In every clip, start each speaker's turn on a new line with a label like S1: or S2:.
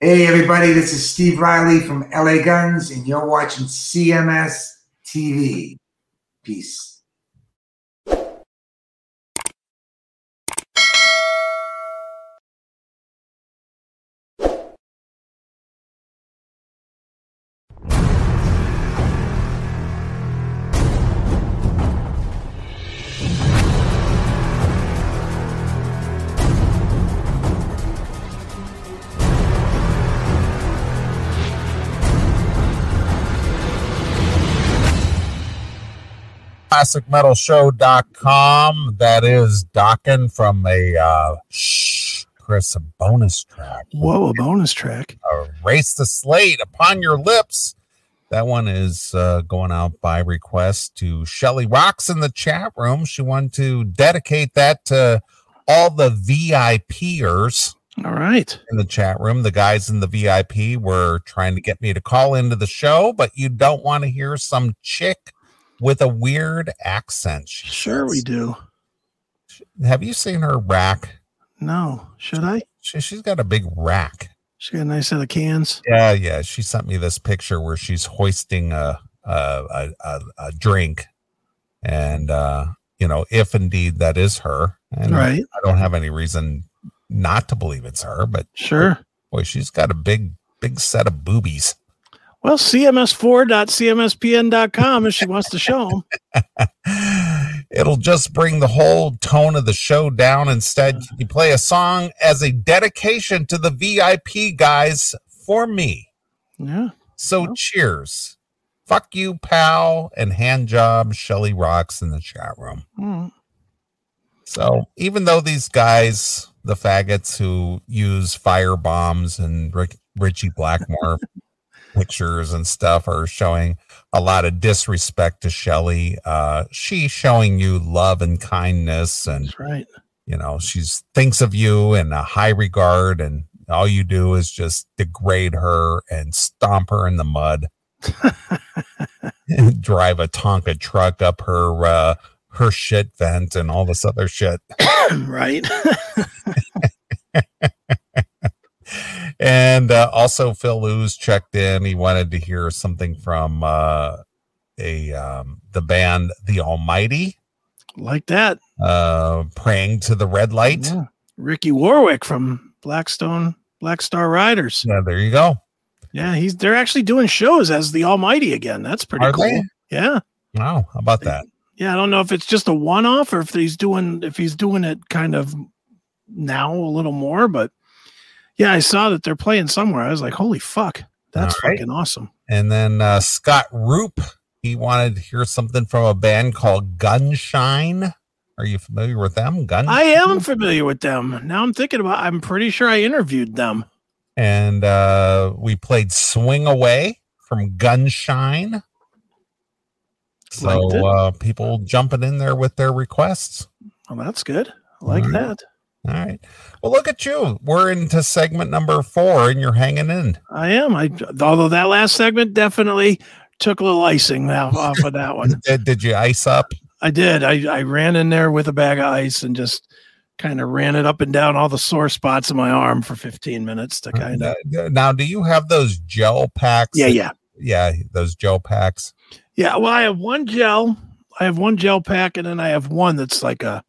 S1: Hey, everybody, this is Steve Riley from LA Guns, and you're watching CMS TV. Peace.
S2: classicmetalshow.com. That is Dockin from a uh, shh, Chris, a bonus track.
S3: Whoa, a bonus track.
S2: Erase the slate upon your lips. That one is uh, going out by request to Shelly Rocks in the chat room. She wanted to dedicate that to all the VIPers
S3: All right.
S2: in the chat room. The guys in the VIP were trying to get me to call into the show, but you don't want to hear some chick with a weird accent. she
S3: Sure, we
S2: says.
S3: do.
S2: Have you seen her rack?
S3: No, should I?
S2: She, she's got a big rack.
S3: She got a nice set of cans.
S2: Yeah, yeah. She sent me this picture where she's hoisting a a a, a, a drink, and uh, you know, if indeed that is her, and
S3: Right.
S2: I don't have any reason not to believe it's her, but
S3: Sure.
S2: boy, she's got a big big set of boobies.
S3: Well, cms4.cmspn.com if she wants to show 'em.
S2: It'll just bring the whole tone of the show down. Instead, you play a song as a dedication to the VIP guys for me.
S3: Yeah.
S2: So
S3: Well.
S2: cheers. Fuck you, pal, and hand job Shelly Rocks in the chat room.
S3: Mm.
S2: So even though these guys, the faggots who use fire bombs and Rick, Richie Blackmore pictures and stuff are showing a lot of disrespect to Shelly, uh, she's showing you love and kindness and
S3: That's right.
S2: you know, she's thinks of you in a high regard and all you do is just degrade her and stomp her in the mud. and drive a Tonka truck up her uh, her shit vent and all this other shit.
S3: right.
S2: And uh, also Phil Lewis checked in. He wanted to hear something from uh, a um, the band The Almighty
S3: like that.
S2: uh praying to the red light
S3: Yeah. Ricky Warwick from Blackstone Black Star Riders.
S2: yeah there you go
S3: Yeah, he's they're actually doing shows as the Almighty again. That's pretty
S2: Are
S3: cool.
S2: they?
S3: Yeah.
S2: wow how about that
S3: Yeah, I don't know if it's just a one off or if he's doing if he's doing it kind of now a little more, but yeah, I saw that they're playing somewhere. I was like, holy fuck, that's
S2: All right.
S3: fucking awesome.
S2: And then uh, Scott Roop, he wanted to hear something from a band called Gunshine. Are you familiar with them? Gun.
S3: I am familiar with them. Now I'm thinking about I'm pretty sure I interviewed them.
S2: and uh, we played Swing Away from Gunshine. So
S3: Liked it.
S2: uh, people jumping in there with their requests.
S3: Well, that's good. I like
S2: All right.
S3: that.
S2: All right. Well, look at you. We're into segment number four, and you're hanging in.
S3: I am. I although that last segment definitely took a little icing now off of that one.
S2: Did, did you ice up?
S3: I did. I, I ran in there with a bag of ice and just kind of ran it up and down all the sore spots in my arm for 15 minutes to kind of.
S2: Uh, Now, do you have those gel packs?
S3: Yeah, yeah.
S2: Yeah, those gel packs.
S3: Yeah. Well, I have one gel. I have one gel pack and then I have one that's like a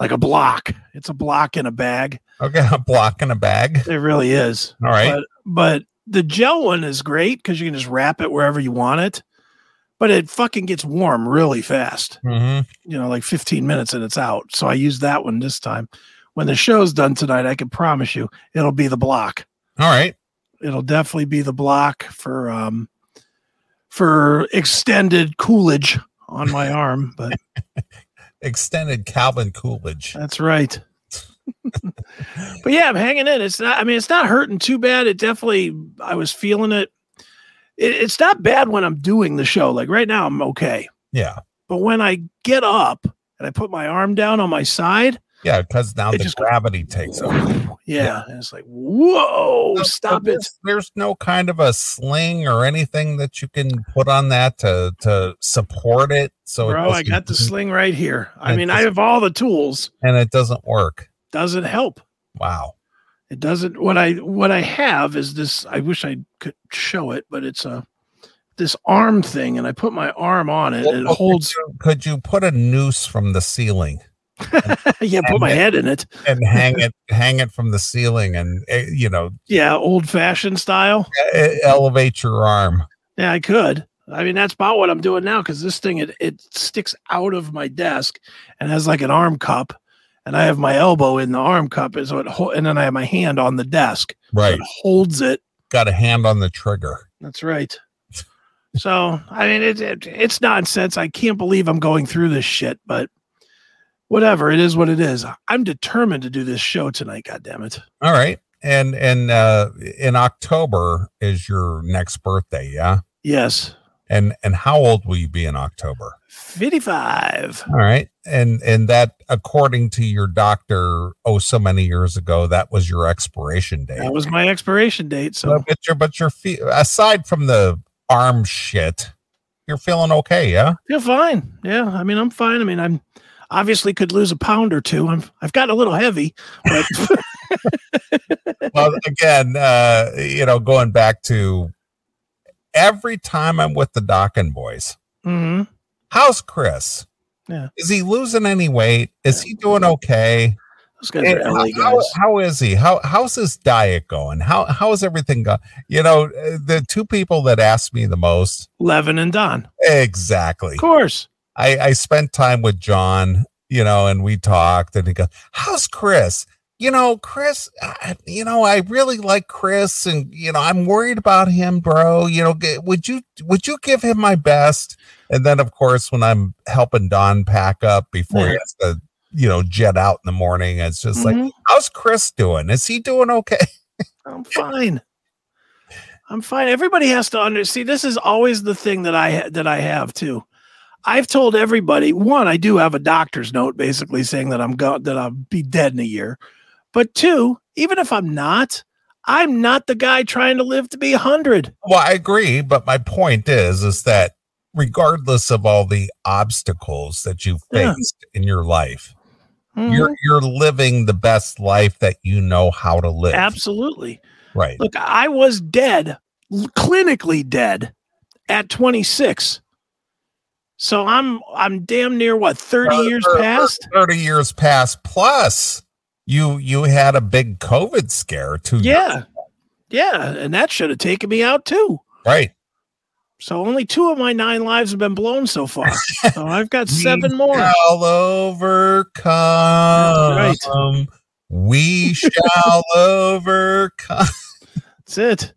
S3: like a block. It's a block in a bag.
S2: Okay, a block in a bag.
S3: It really is.
S2: All right.
S3: But but the gel one is great because you can just wrap it wherever you want it. But it fucking gets warm really fast.
S2: hmm
S3: you know, like 15 minutes and it's out. So I used that one this time. When the show's done tonight, I can promise you it'll be the block.
S2: All right.
S3: It'll definitely be the block for um for extended coolage on my arm, but
S2: Extended Calvin Coolidge.
S3: that's right. but yeah, I'm hanging in. It's not I mean, it's not hurting too bad. It definitely I was feeling it. it it's not bad when I'm doing the show. Like right now I'm okay.
S2: Yeah.
S3: But when I get up and I put my arm down on my side,
S2: Yeah. Because now
S3: It
S2: the
S3: just goes-
S2: gravity takes over.
S3: Yeah. And it's like, whoa,
S2: So
S3: stop it.
S2: there's- There's no kind of a sling or anything that you can put on that to to support it. So it
S3: Bro, I
S2: doesn't-
S3: got the sling right here. I
S2: It
S3: mean, I
S2: doesn't-
S3: have all the tools.
S2: and it doesn't work.
S3: Doesn't help.
S2: Wow.
S3: It doesn't. What I what I have is this. I wish I could show it, but it's a this arm thing, and I put my arm on it.
S2: Well,
S3: and it
S2: well,
S3: holds.
S2: Could you, could you put a noose from the ceiling
S3: yeah, put my head in it.
S2: and hang it, hang it from the ceiling, and eh, you know,
S3: Yeah, old fashioned style.
S2: e- elevate your arm?
S3: Yeah, I could. I mean, that's about what I'm doing now because this thing it, it sticks out of my desk and has like an arm cup, and I have my elbow in the arm cup, and so it ho- and then I have my hand on the desk.
S2: Right,
S3: It holds it.
S2: got a hand on the trigger.
S3: That's right. So I mean, it, it it's nonsense. I can't believe I'm going through this shit, but whatever. It is what it is. I'm determined to do this show tonight. God damn it!
S2: All right, and and uh, in October is your next birthday, yeah.
S3: Yes,
S2: And and how old will you be in October?
S3: fifty-five.
S2: All right, and and that according to your doctor, oh, so many years ago, that was your expiration date.
S3: That was my expiration date.
S2: So,
S3: So
S2: but your but your feet aside from the arm shit, you're feeling okay, yeah?
S3: feel fine. Yeah, I mean, I'm fine. I mean, I'm obviously could lose a pound or two. I'm I've gotten a little heavy, but
S2: Well, again, uh, you know, going back to every time I'm with the Dockin boys,
S3: Mhm.
S2: how's Chris?
S3: Yeah.
S2: Is he losing any weight? Is he doing okay?
S3: those guys are
S2: And
S3: LA
S2: how- how-
S3: guys.
S2: how is he? How how's his diet going? How how is everything going? You know, uh, the two people that asked me the most
S3: Levin and Don,
S2: exactly.
S3: of course.
S2: I, I spent time with John, you know, and we talked, and he goes, "How's Chris?" You know, Chris. I, you know, I really like Chris, and you know, I'm worried about him, bro. You know, g- would you would you give him my best? And then, of course, when I'm helping Don pack up before he
S3: Yeah.
S2: has to, you know, jet out in the morning, it's just like,
S3: Mhm.
S2: "How's Chris doing? Is he doing okay?"
S3: I'm fine. I'm fine. Everybody has to under see. This is always the thing that I ha- that I have too. I've told everybody one, I do have a doctor's note basically saying that I'm go- that I'll be dead in a year. But two, even if I'm not, I'm not the guy trying to live to be hundred.
S2: Well, I agree, but my point is is that regardless of all the obstacles that you
S3: Yeah.
S2: faced in your life,
S3: Mm-hmm.
S2: you're you're living the best life that you know how to live.
S3: Absolutely.
S2: Right.
S3: Look, I was dead, l- clinically dead, at 26. So I'm I'm damn near what 30
S2: Or-
S3: years
S2: or- or
S3: past.
S2: 30 years past plus you you had a big COVID scare too.
S3: Yeah. Yeah. And that should have taken me out too.
S2: Right.
S3: So only two of my nine lives have been blown so far. so I've got seven
S2: We
S3: more.
S2: shall overcome. We shall overcome.
S3: That's it.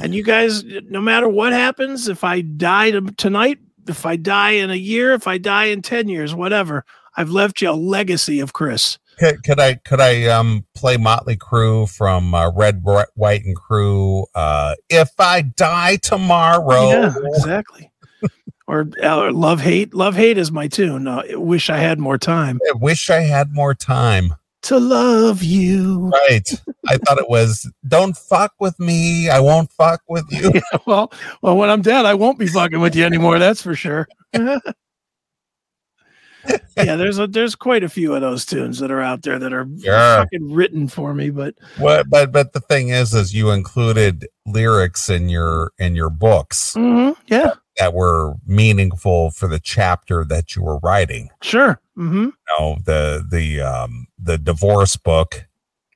S3: And you guys, no matter what happens, if I die to- tonight, if I die in a year, if I die in 10 years, whatever, I've left you a legacy of Chris.
S2: Could, could I could I um play Motley Crue from uh, Red, Br- White and Crew? Uh, if I die tomorrow,
S3: Yeah, exactly. or, or love hate. Love hate is my tune. Uh, wish I had more time
S2: I wish I had more time.
S3: to love you.
S2: Right? I thought it was "Don't fuck with me, I won't fuck with you."
S3: well, well, when I'm dead, I won't be fucking with you anymore. That's for sure. yeah, there's a, there's quite a few of those tunes that are out there that are
S2: Sure.
S3: fucking written for me. But
S2: What, but but the thing is, is you included lyrics in your in your books
S3: Mhm, yeah,
S2: that were meaningful for the chapter that you were writing.
S3: sure. hmm
S2: You know, the the um the divorce book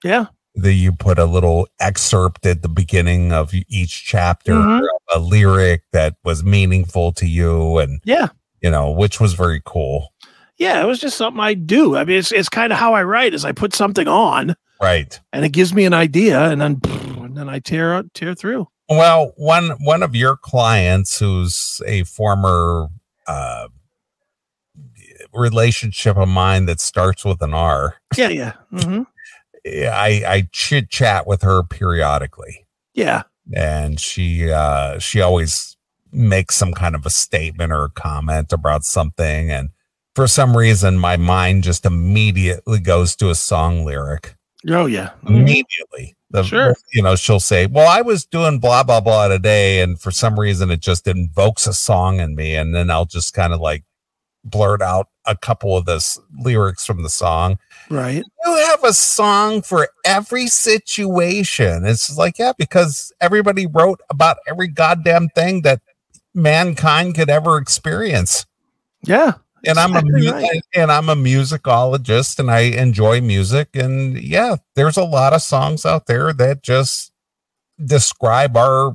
S3: Yeah,
S2: that you put a little excerpt at the beginning of each chapter
S3: Mhm.
S2: of a lyric that was meaningful to you and
S3: yeah,
S2: you know which was very cool
S3: yeah. It was just something I do. I mean, it's it's kind of how I write. Is I put something on
S2: right
S3: and it gives me an idea, and then and then I tear out- tear through.
S2: well one one of your clients who's a former uh relationship of mine that starts with an r
S3: Yeah, yeah, hmm
S2: i i chit chat with her periodically
S3: yeah.
S2: and she uh she always makes some kind of a statement or a comment about something and for some reason my mind just immediately goes to a song lyric
S3: Oh yeah.
S2: immediately the,
S3: Sure.
S2: you know she'll say well i was doing blah blah blah today and for some reason it just invokes a song in me and then i'll just kind of like blurt out a couple of the s- lyrics from the song.
S3: right?
S2: You have a song for every situation. It's like, yeah, because everybody wrote about every goddamn thing that mankind could ever experience.
S3: Yeah.
S2: And I'm a
S3: Exactly
S2: mu-
S3: right.
S2: and I'm a musicologist and I enjoy music and yeah, there's a lot of songs out there that just describe our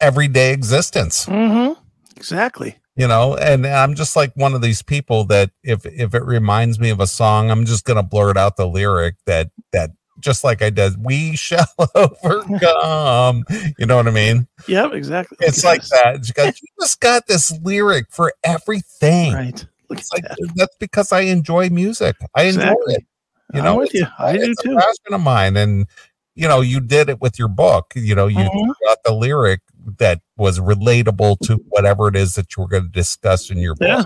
S2: everyday existence
S3: Mm-hmm. Exactly.
S2: you know and i'm just like one of these people that if if it reminds me of a song i'm just gonna blurt out the lyric that that just like i did we shall overcome you know what i mean
S3: Yep. Exactly.
S2: it's
S3: Yes.
S2: like that It's got- you just got this lyric for everything
S3: Right. Look at
S2: it's like
S3: that.
S2: that's because i enjoy music i enjoy
S3: Exactly.
S2: it you
S3: I'm
S2: know
S3: with you. I do
S2: it's a
S3: too.
S2: passion of mine and you know you did it with your book you know you
S3: Mhm.
S2: got the lyric that was relatable to whatever it is that you were going to discuss in your book
S3: Yeah.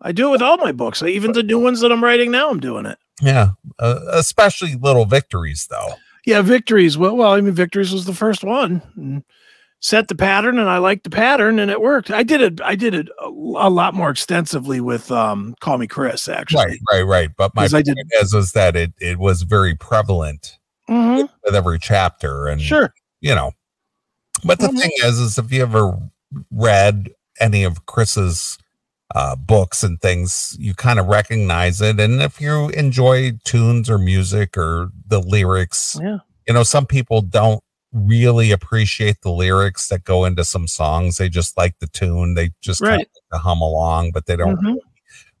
S3: I do it with all my books. Even the new ones that I'm writing now, I'm doing it.
S2: Yeah, uh, especially little victories, though.
S3: Yeah, victories. Well, well, I mean, victories was the first one. And set the pattern, and I liked the pattern, and it worked. I did it. I did it a, a lot more extensively with um, "Call Me Chris,"
S2: Right,
S3: actually.
S2: right, right. But my
S3: 'Cause I
S2: point
S3: did-
S2: is, is that it it was very prevalent
S3: Mhm.
S2: with every chapter, and
S3: Sure.
S2: you know. But the
S3: Mhm.
S2: thing is, is if you ever read any of Chris's uh, books and things, you kind of recognize it. And if you enjoy tunes or music or the lyrics,
S3: Yeah.
S2: you know, some people don't really appreciate the lyrics that go into some songs. They just like the tune. They just kind
S3: Right.
S2: of hum along, but they don't
S3: Mhm.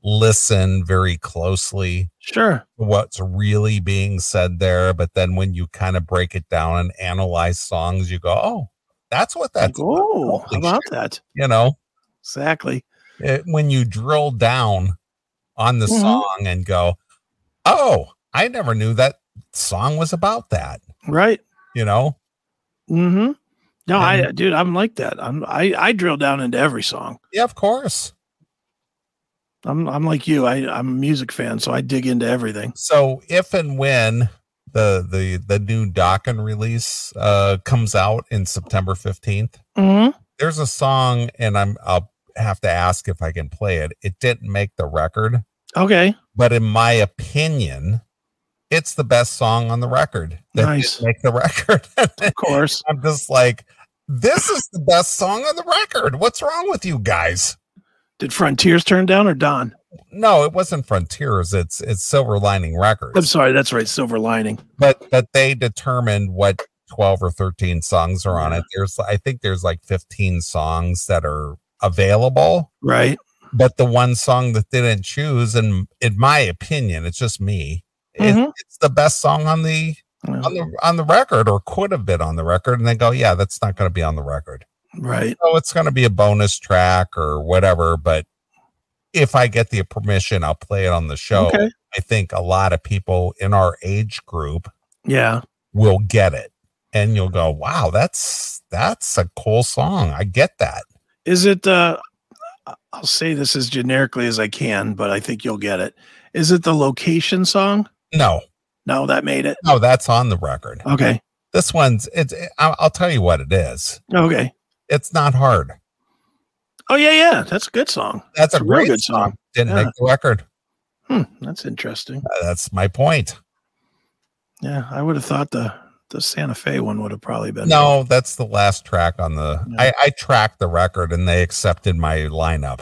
S2: listen very closely
S3: Sure.
S2: to what's really being said there. But then when you kind of break it down and analyze songs, you go, oh, that's what
S3: Like,
S2: that's,
S3: oh,
S2: holy
S3: how about that?
S2: you know,
S3: Exactly.
S2: It- when you drill down on the
S3: Mhm.
S2: song and go, oh, I never knew that song was about that,
S3: Right.
S2: you know?
S3: Mm-hmm. No, I, dude, I'm like that. I'm, I, I drill down into every song.
S2: Yeah, of course.
S3: I'm, I'm like you. I, I'm a music fan, so I dig into everything.
S2: So if and when the the the new Dokken release uh comes out in September 15th,
S3: Mm-hmm.
S2: there's a song and I'm I'll have to ask if I can play it. It didn't make the record,
S3: Okay.
S2: but in my opinion, it's the best song on the record. That
S3: Nice.
S2: didn't make the record.
S3: Of course.
S2: I'm just like, this is the best song on the record. What's wrong with you guys?
S3: Did Frontiers turn down or Don?
S2: No, it wasn't Frontiers. It's it's Silver Lining
S3: I'm
S2: Records.
S3: sorry. That's right. Silver Lining.
S2: But but they determined what 12 or 13 songs are on
S3: Yeah.
S2: it. There's I think there's like 15 songs that are available.
S3: Right.
S2: but the one song that they didn't choose and in my opinion it's just me it-
S3: Mhm.
S2: it's the best song on the
S3: Well,
S2: on the on the record or could have been on the record and they go yeah that's not going to be on the record
S3: Right.
S2: oh it's going to be a bonus track or whatever but if i get the permission i'll play it on the show
S3: Okay.
S2: i think a lot of people in our age group
S3: Yeah.
S2: will get it and you'll go wow that's that's a cool song i get that
S3: Is it uh I'll say this as generically as I can, but I think you'll get it. Is it the location song?
S2: no
S3: No, that made it.
S2: no that's on the record
S3: Okay.
S2: this one's it's I'll, I'll tell you what it is
S3: Okay.
S2: it's not hard
S3: Oh yeah, yeah. That's a good song.
S2: that's a
S3: It's a real
S2: great
S3: good
S2: song.
S3: song.
S2: didn't
S3: Yeah.
S2: make the record
S3: Hmm, that's interesting.
S2: Uh, that's my point
S3: Yeah, I would have thought the the Santa Fe one would have probably been.
S2: no that's the last track on the
S3: Yeah.
S2: I, I tracked the record and they accepted my lineup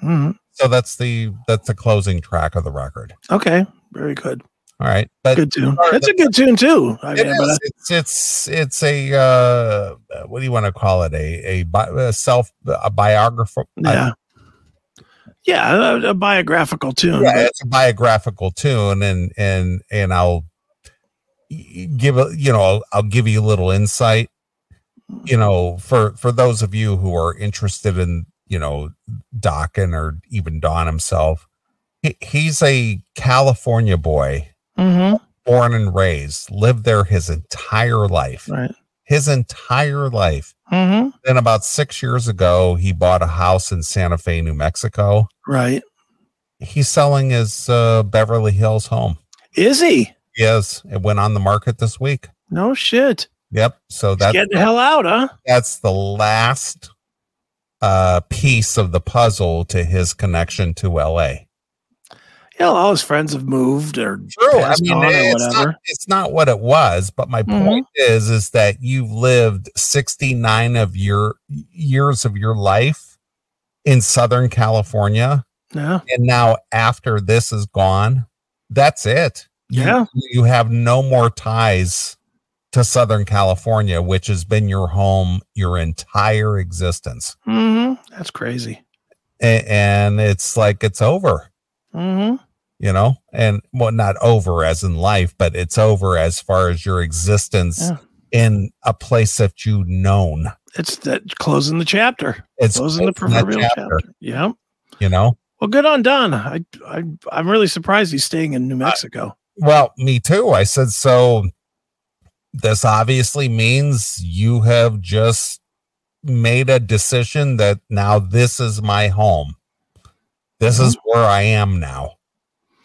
S3: Mhm.
S2: so that's the that's the closing track of the record
S3: Okay. Very good.
S2: all right but
S3: Good tune.
S2: Sorry,
S3: That's a good tune too. I
S2: it
S3: mean, but
S2: is, it's it's it's a uh what do you want to call it a a, bi- a self a biographical
S3: I- yeah. Yeah, a, a biographical tune.
S2: yeah,
S3: but-
S2: it's a biographical tune and and and i'll y- give a you know I'll, I'll give you a little insight
S3: Mm-hmm.
S2: you know for for those of you who are interested in you know Dokken or even don himself he, he's a california boy
S3: Mhm.
S2: born and raised lived there his entire life
S3: Right.
S2: his entire life
S3: Mhm.
S2: then about six years ago he bought a house in santa fe new mexico
S3: Right.
S2: he's selling his uh, beverly hills home
S3: Is he?
S2: Yes, it went on the market this week.
S3: No shit.
S2: Yep. So
S3: He's
S2: that's
S3: getting the hell out, huh?
S2: that's the last uh piece of the puzzle to his connection to LA.
S3: you know, all his friends have moved or
S2: True. I
S3: passed
S2: mean,
S3: on or
S2: it's not, Mm-hmm.
S3: whatever.
S2: it's not what it was, but my
S3: Mhm.
S2: point is, is that you've lived 69 of your years of your life in Southern California.
S3: Yeah.
S2: And now after this is gone, that's it. You-
S3: Yeah.
S2: You have no more ties to Southern California, which has been your home your entire existence.
S3: hmm That's crazy.
S2: A- and it's like, it's over.
S3: hmm
S2: you know and well not over as in life but it's over as far as your existence
S3: Yeah.
S2: in a place that you known
S3: It's that closing the chapter,
S2: it's
S3: closing the
S2: it's in that
S3: proverbial
S2: chapter,
S3: chapter. Yeah.
S2: you know
S3: Well, good on Don. I, I, I'm really surprised he's staying in New Mexico.
S2: well me too i said so this obviously means you have just made a decision that now this is my home this is
S3: Mm-hmm.
S2: where i am now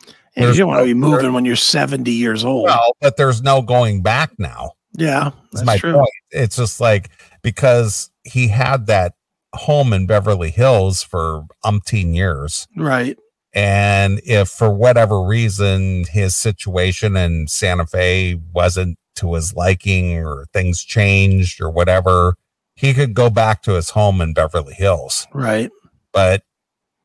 S3: And you
S2: there's
S3: don't want
S2: no-
S3: to be moving when you're 70 years old.
S2: well but there's no going back now
S3: yeah,
S2: That's
S3: that's
S2: my
S3: true.
S2: point. It's just like because he had that home in Beverly Hills for umpteen years.
S3: Right.
S2: And if for whatever reason his situation in Santa Fe wasn't to his liking or things changed or whatever, he could go back to his home in Beverly Hills.
S3: Right.
S2: But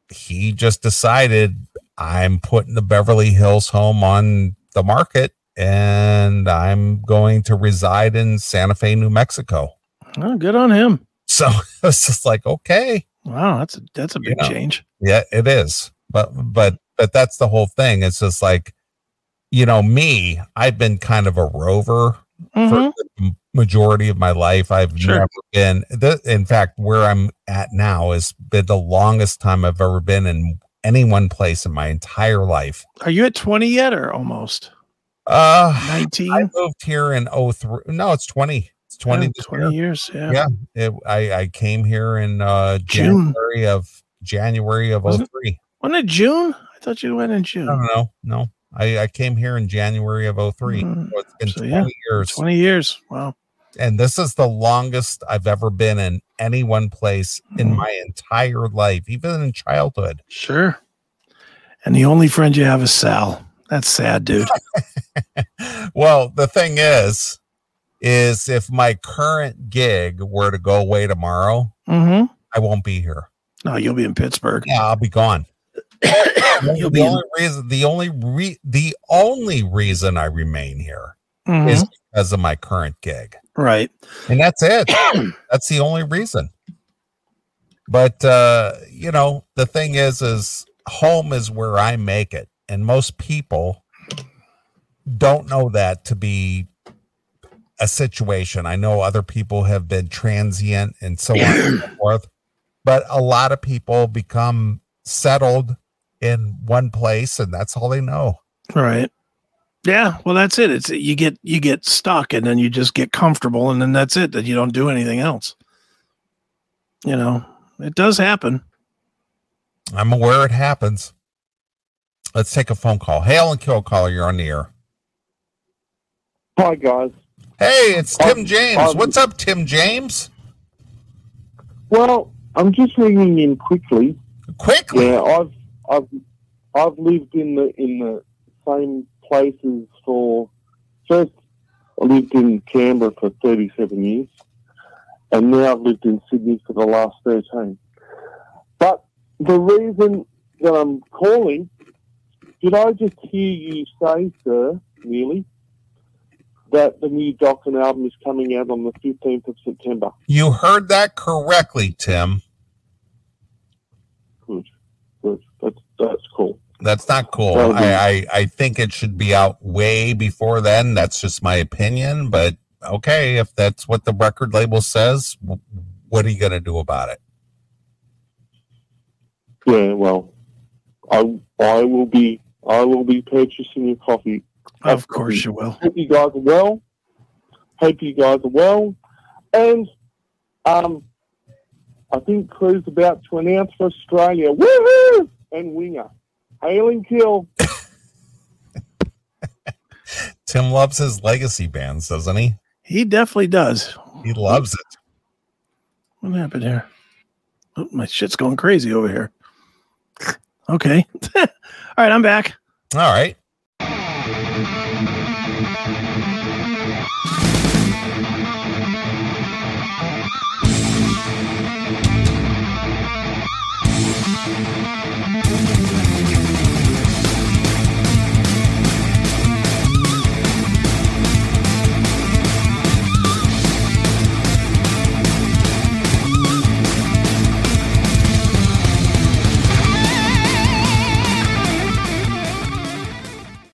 S2: he just decided I'm putting the Beverly Hills home on the market and I'm going to reside in Santa Fe, New Mexico.
S3: Well, good on him.
S2: So it's just like, okay,
S3: Wow, that's a that's a big
S2: Yeah.
S3: change.
S2: yeah, it is. But but but that's the whole thing. It's just like, you know, me, I've been kind of a rover
S3: Mhm.
S2: for the majority of my life. I've
S3: Sure.
S2: never been the in fact, where I'm at now has been the longest time I've ever been in any one place in my entire life.
S3: Are you at 20 yet or almost
S2: Uh
S3: 19?
S2: I moved here in 03. No, it's 20. It's
S3: Oh,
S2: 20. this year.
S3: years. Yeah.
S2: Yeah. It, I, I came here in uh
S3: June.
S2: January of January of
S3: Wasn't-
S2: 03.
S3: Wasn't it June? I thought you went in June.
S2: I don't know. No. I, I came here in January of 3
S3: Mm,
S2: So it's been
S3: so,
S2: 20
S3: yeah,
S2: years.
S3: 20 years. Wow.
S2: And this is the longest I've ever been in any one place in
S3: Mhm.
S2: my entire life, even in childhood.
S3: Sure. And the only friend you have is Sal. That's sad, dude.
S2: well, the thing is, is if my current gig were to go away tomorrow,
S3: mm-hmm.
S2: I won't be here.
S3: No, you'll be in Pittsburgh.
S2: Yeah, I'll be gone. Well,
S3: you'll
S2: the
S3: be in,
S2: only reason the only re- the only reason I remain here
S3: Mhm.
S2: is because of my current gig.
S3: right.
S2: And that's it. that's the only reason. But uh, you know, the thing is is home is where I make it. And most people don't know that to be a situation. I know other people have been transient and so on and so forth, but a lot of people become settled in one place and that's all they know.
S3: Right. Yeah. Well, that's it. It's you get you get stuck, and then you just get comfortable, and then that's it. That you don't do anything else. You know, it does happen.
S2: I'm aware it happens. Let's take a phone call. Hail and kill caller, you're on the air.
S4: Hi guys.
S2: Hey, it's Tim James.
S4: pardon.
S2: What's up, Tim James?
S4: Well, I'm just ringing in quickly.
S2: Quickly.
S4: Yeah, I've I've I've lived in the in the same places for first I lived in Canberra for thirty seven years and now I've lived in Sydney for the last thirteen. But the reason that I'm calling did I just hear you say, sir, really, that the new Dokken album is coming out on the fifteenth of September?
S2: You heard that correctly, Tim.
S4: Good, good. That's that's cool.
S2: That's not cool.
S4: Well,
S2: I, I, I think it should be out way before then. That's just my opinion. But okay, if that's what the record label says, w- what are you going to do about it?
S4: Yeah, well, I I will be I will be purchasing your coffee.
S3: Of course you will.
S4: Hope you guys are well. Hope you guys are well. And um, I think Crew's about to announce for Australia. Woohoo! And winger, hail and kill.
S2: Tim loves his legacy bands, doesn't he?
S3: He definitely does.
S2: He loves it.
S3: What happened here? Oh, my shit's going crazy over here. Okay.
S5: All right, I'm back.
S3: All right.